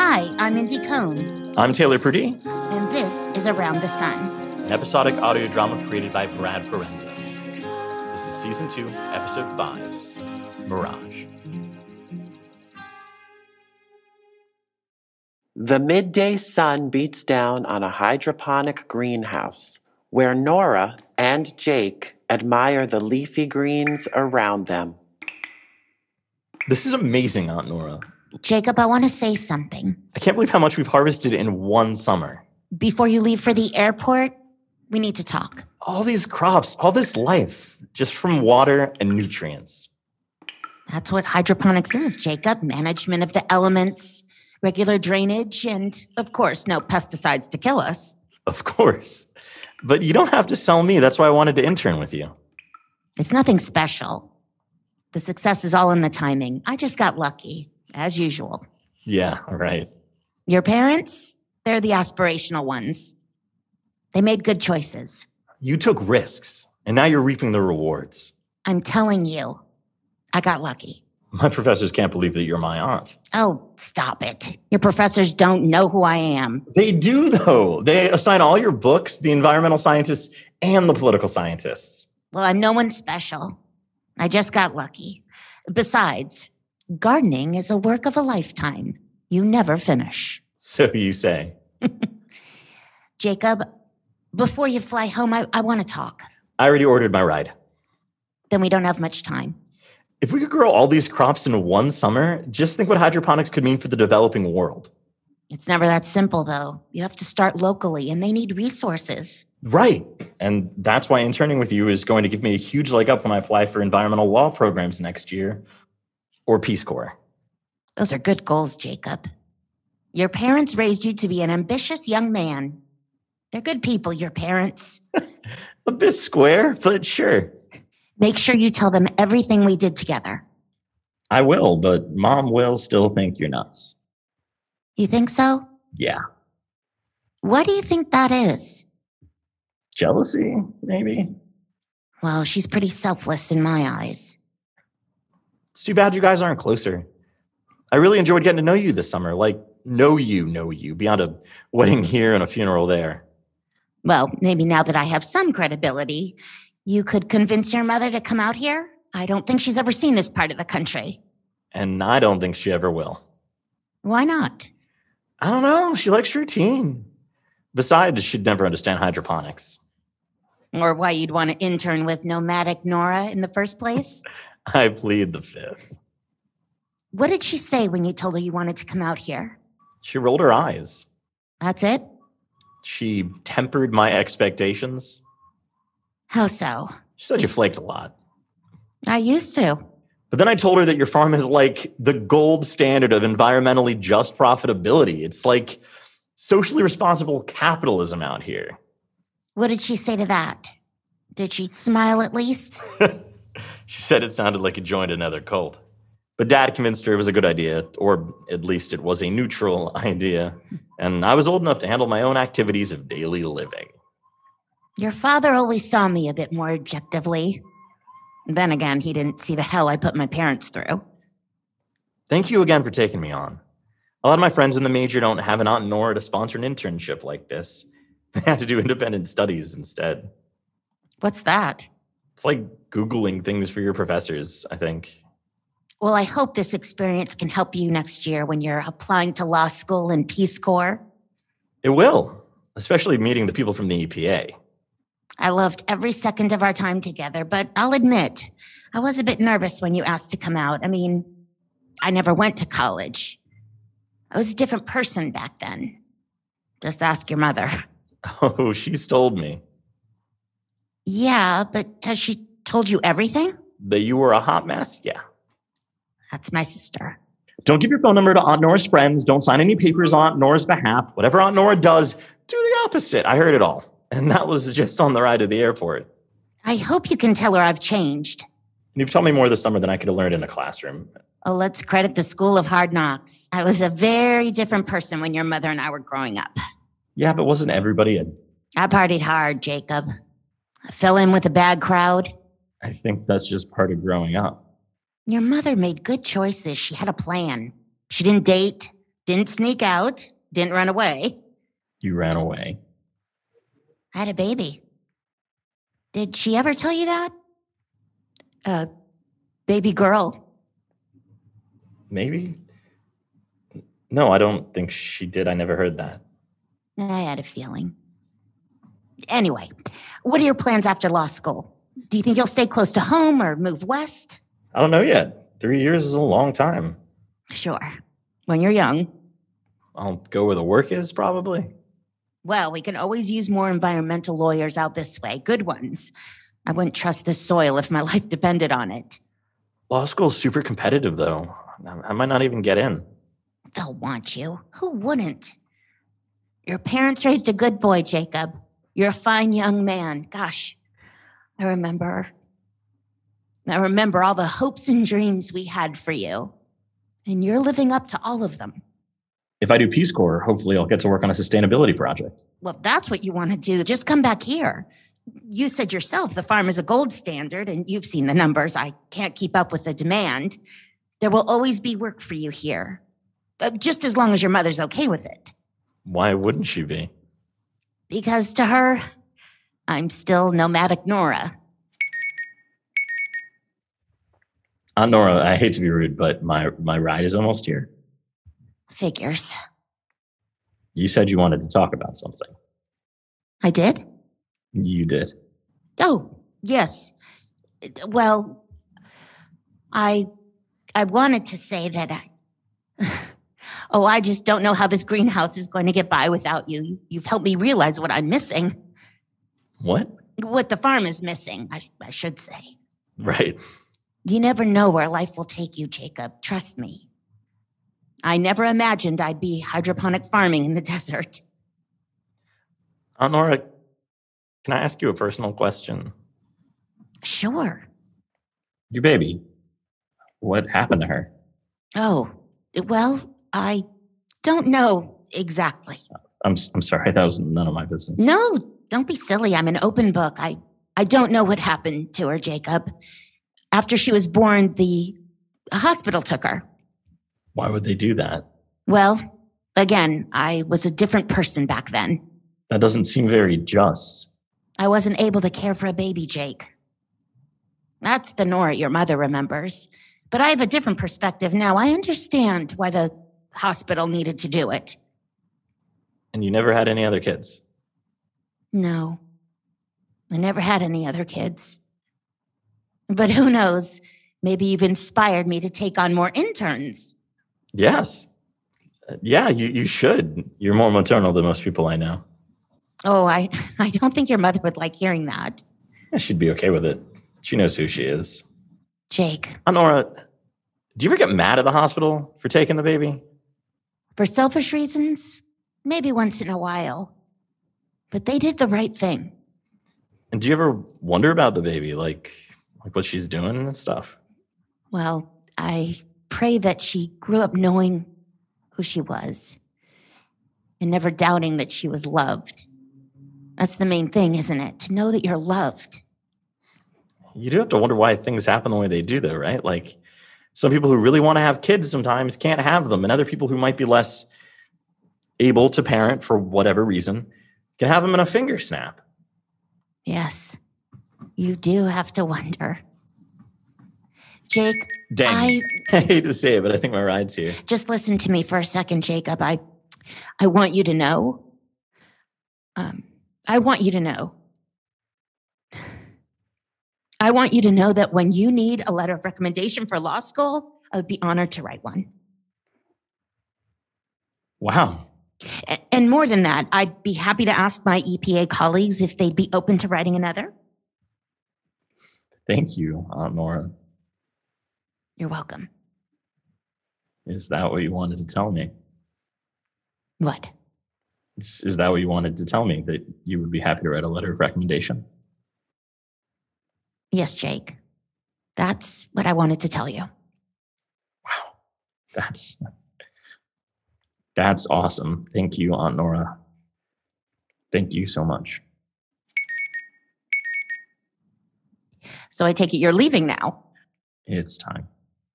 Hi, I'm Indy Cohn, I'm Taylor Purdie, and this is Around the Sun. an episodic audio drama created by Brad Ferrenda. This is season two, episode five Mirage. The midday sun beats down on a hydroponic greenhouse where Nora and Jake admire the leafy greens around them. This is amazing, Aunt Nora. Jacob, I want to say something. I can't believe how much we've harvested in one summer. Before you leave for the airport, we need to talk. All these crops, all this life, just from water and nutrients. That's what hydroponics is, Jacob management of the elements, regular drainage, and of course, no pesticides to kill us. Of course. But you don't have to sell me. That's why I wanted to intern with you. It's nothing special. The success is all in the timing. I just got lucky, as usual. Yeah, all right. Your parents, they're the aspirational ones. They made good choices. You took risks, and now you're reaping the rewards. I'm telling you, I got lucky. My professors can't believe that you're my aunt. Oh, stop it. Your professors don't know who I am. They do, though. They assign all your books, the environmental scientists and the political scientists. Well, I'm no one special. I just got lucky. Besides, gardening is a work of a lifetime. You never finish. So you say. Jacob, before you fly home, I, I want to talk. I already ordered my ride. Then we don't have much time. If we could grow all these crops in one summer, just think what hydroponics could mean for the developing world. It's never that simple, though. You have to start locally, and they need resources. Right. And that's why interning with you is going to give me a huge leg up when I apply for environmental law programs next year or Peace Corps. Those are good goals, Jacob. Your parents raised you to be an ambitious young man. They're good people, your parents. A bit square, but sure. Make sure you tell them everything we did together. I will, but mom will still think you're nuts. You think so? Yeah. What do you think that is? Jealousy, maybe? Well, she's pretty selfless in my eyes. It's too bad you guys aren't closer. I really enjoyed getting to know you this summer. Like, know you, know you, beyond a wedding here and a funeral there. Well, maybe now that I have some credibility, you could convince your mother to come out here. I don't think she's ever seen this part of the country. And I don't think she ever will. Why not? I don't know. She likes routine. Besides, she'd never understand hydroponics. Or why you'd want to intern with nomadic Nora in the first place? I plead the fifth. What did she say when you told her you wanted to come out here? She rolled her eyes. That's it? She tempered my expectations. How so? She said you flaked a lot. I used to. But then I told her that your farm is like the gold standard of environmentally just profitability. It's like socially responsible capitalism out here. What did she say to that? Did she smile at least? She said it sounded like it joined another cult. But dad convinced her it was a good idea, or at least it was a neutral idea. And I was old enough to handle my own activities of daily living. Your father always saw me a bit more objectively. Then again, he didn't see the hell I put my parents through. Thank you again for taking me on. A lot of my friends in the major don't have an Aunt Nora to sponsor an internship like this. They had to do independent studies instead. What's that? It's like Googling things for your professors, I think. Well, I hope this experience can help you next year when you're applying to law school and Peace Corps. It will, especially meeting the people from the E EPA. I loved every second of our time together, but I'll admit, I was a bit nervous when you asked to come out. I mean, I never went to college. I was a different person back then. Just ask your mother. Oh, she's told me Yeah, but has she told you everything? that you were a hot mess. Yeah. That's my sister. Don't give your phone number to Aunt Nora's friends. Don't sign any papers on Aunt Nora's behalf. Whatever Aunt Nora does, do the opposite. I heard it all. And that was just on the ride to the airport. I hope you can tell her I've changed. And you've taught me more this summer than I could have learned in a classroom. Oh, let's credit the school of hard knocks. I was a very different person when your mother and I were growing up. Yeah, but wasn't everybody? A, I partied hard, Jacob. I fell in with a bad crowd. I think that's just part of growing up. Your mother made good choices. She had a plan. She didn't date, didn't sneak out, didn't run away. You ran away. I had a baby. Did she ever tell you that? Uh, baby girl. Maybe? No, I don't think she did. I never heard that. I had a feeling. Anyway, what are your plans after law school? Do you think you'll stay close to home or move west? I don't know yet. Three years is a long time. Sure. When you're young. I'll go where the work is, probably. Well, we can always use more environmental lawyers out this way, good ones. I wouldn't trust this soil if my life depended on it. Law school's super competitive, though. I- I might not even get in. They'll want you. Who wouldn't? Your parents raised a good boy, Jacob. You're a fine young man. Gosh, I remember. I remember all the hopes and dreams we had for you. And you're living up to all of them. If I do Peace Corps, hopefully I'll get to work on a sustainability project. Well, if that's what you want to do, just come back here. You said yourself the farm is a gold standard, and you've seen the numbers. I can't keep up with the demand. There will always be work for you here, uh, just as long as your mother's okay with it. Why wouldn't she be? Because to her, I'm still nomadic Nora. Aunt Uh, Nora, I hate to be rude, but my, my ride is almost here. Figures. You said you wanted to talk about something. I did? You did. Oh, yes. Well, I I wanted to say that I Oh, I just don't know how this greenhouse is going to get by without you. You've helped me realize what I'm missing, What? what the farm is missing, I, I should say. Right. You never know where life will take you, Jacob. Trust me. I never imagined I'd be hydroponic farming in the desert. Aunt Uh, Nora, can I ask you a personal question? Sure. Your baby, what happened to her? Oh, well, I don't know exactly. I'm, s- I'm sorry, that was none of my business. No, don't be silly. I'm an open book. I, I don't know what happened to her, Jacob. After she was born, the hospital took her. Why would they do that? Well, again, I was a different person back then. That doesn't seem very just. I wasn't able to care for a baby, Jake. That's the Nora your mother remembers. But I have a different perspective now. I understand why the hospital needed to do it. And you never had any other kids. No. I never had any other kids. But who knows? Maybe you've inspired me to take on more interns. Yes. Uh, Yeah, you, you should. You're more maternal than most people I know. Oh, I, I don't think your mother would like hearing that. Yeah, she'd be okay with it. She knows who she is. Jake, Aunt Nora, do you ever get mad at the hospital for taking the baby? for selfish reasons, maybe once in a while. But they did the right thing. And do you ever wonder about the baby, like like what she's doing and stuff? Well, I pray that she grew up knowing who she was and never doubting that she was loved. That's the main thing, isn't it? To know that you're loved. You do have to wonder why things happen the way they do, though, right? Like some people who really want to have kids sometimes can't have them, and other people who might be less able to parent for whatever reason can have them in a finger snap. Yes. You do have to wonder. Jake, Dang. I I hate to say it, but I think my ride's here. just listen to me for a second, Jacob. I I want you to know. Um, I want you to know. I want you to know that when you need a letter of recommendation for law school, I would be honored to write one. Wow. A- And more than that, I'd be happy to ask my EPA colleagues if they'd be open to writing another. Thank you, Aunt Nora. You're welcome. Is that what you wanted to tell me? What? Is, is that what you wanted to tell me? That you would be happy to write a letter of recommendation? Yes, Jake. That's what I wanted to tell you. That's that's awesome. Thank you, Aunt Nora. Thank you so much. So I take it you're leaving now. It's time.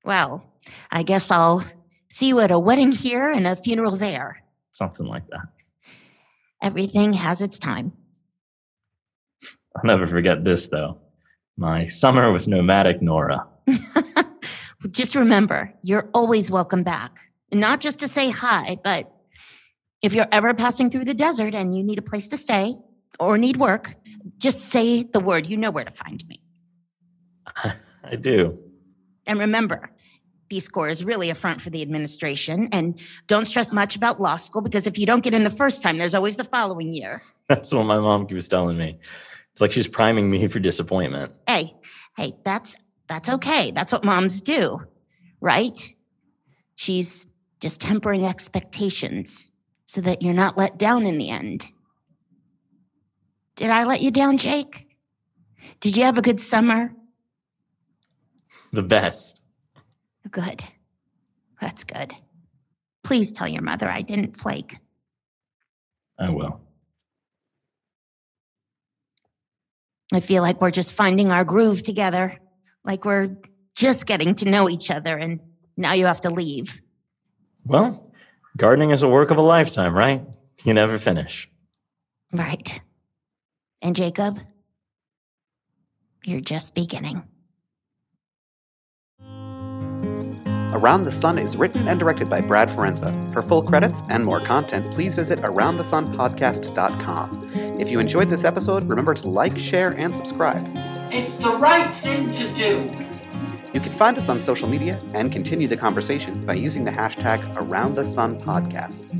Well, I guess I'll see you at a wedding here and a funeral there. Something like that. Everything has its time. I'll never forget this though. My summer with nomadic Nora. Just remember, you're always welcome back. Not just to say hi, but if you're ever passing through the desert and you need a place to stay or need work, just say the word. You know where to find me. I do. And remember, these score is really a front for the administration. And don't stress much about law school because if you don't get in the first time, there's always the following year. That's what my mom keeps telling me. It's like she's priming me for disappointment. hey, hey, that's that's okay. That's what moms do, right? She's just tempering expectations so that you're not let down in the end. Did I let you down, Jake? Did you have a good summer? The best. Good. That's good. Please tell your mother I didn't flake. I will. I feel like we're just finding our groove together, like we're just getting to know each other, and now you have to leave. Well, gardening is a work of a lifetime, right? You never finish. Right. And Jacob, you're just beginning. Around the Sun is written and directed by Brad Forenza. For full credits and more content, please visit aroundthesunpodcast.com. If you enjoyed this episode, remember to like, share, and subscribe. It's the right thing to do. You can find us on social media and continue the conversation by using the hashtag AroundTheSunPodcast.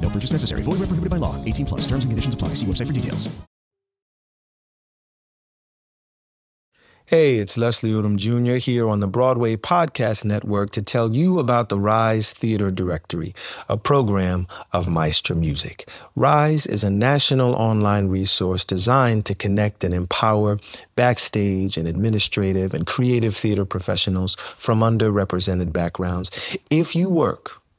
No purchase necessary. Void where prohibited by law. 18 plus. Terms and conditions apply. See website for details. Hey, it's Leslie Odom Jr. here on the Broadway Podcast Network to tell you about the Rise Theater Directory, a program of Maestro Music. Rise is a national online resource designed to connect and empower backstage and administrative and creative theater professionals from underrepresented backgrounds. If you work,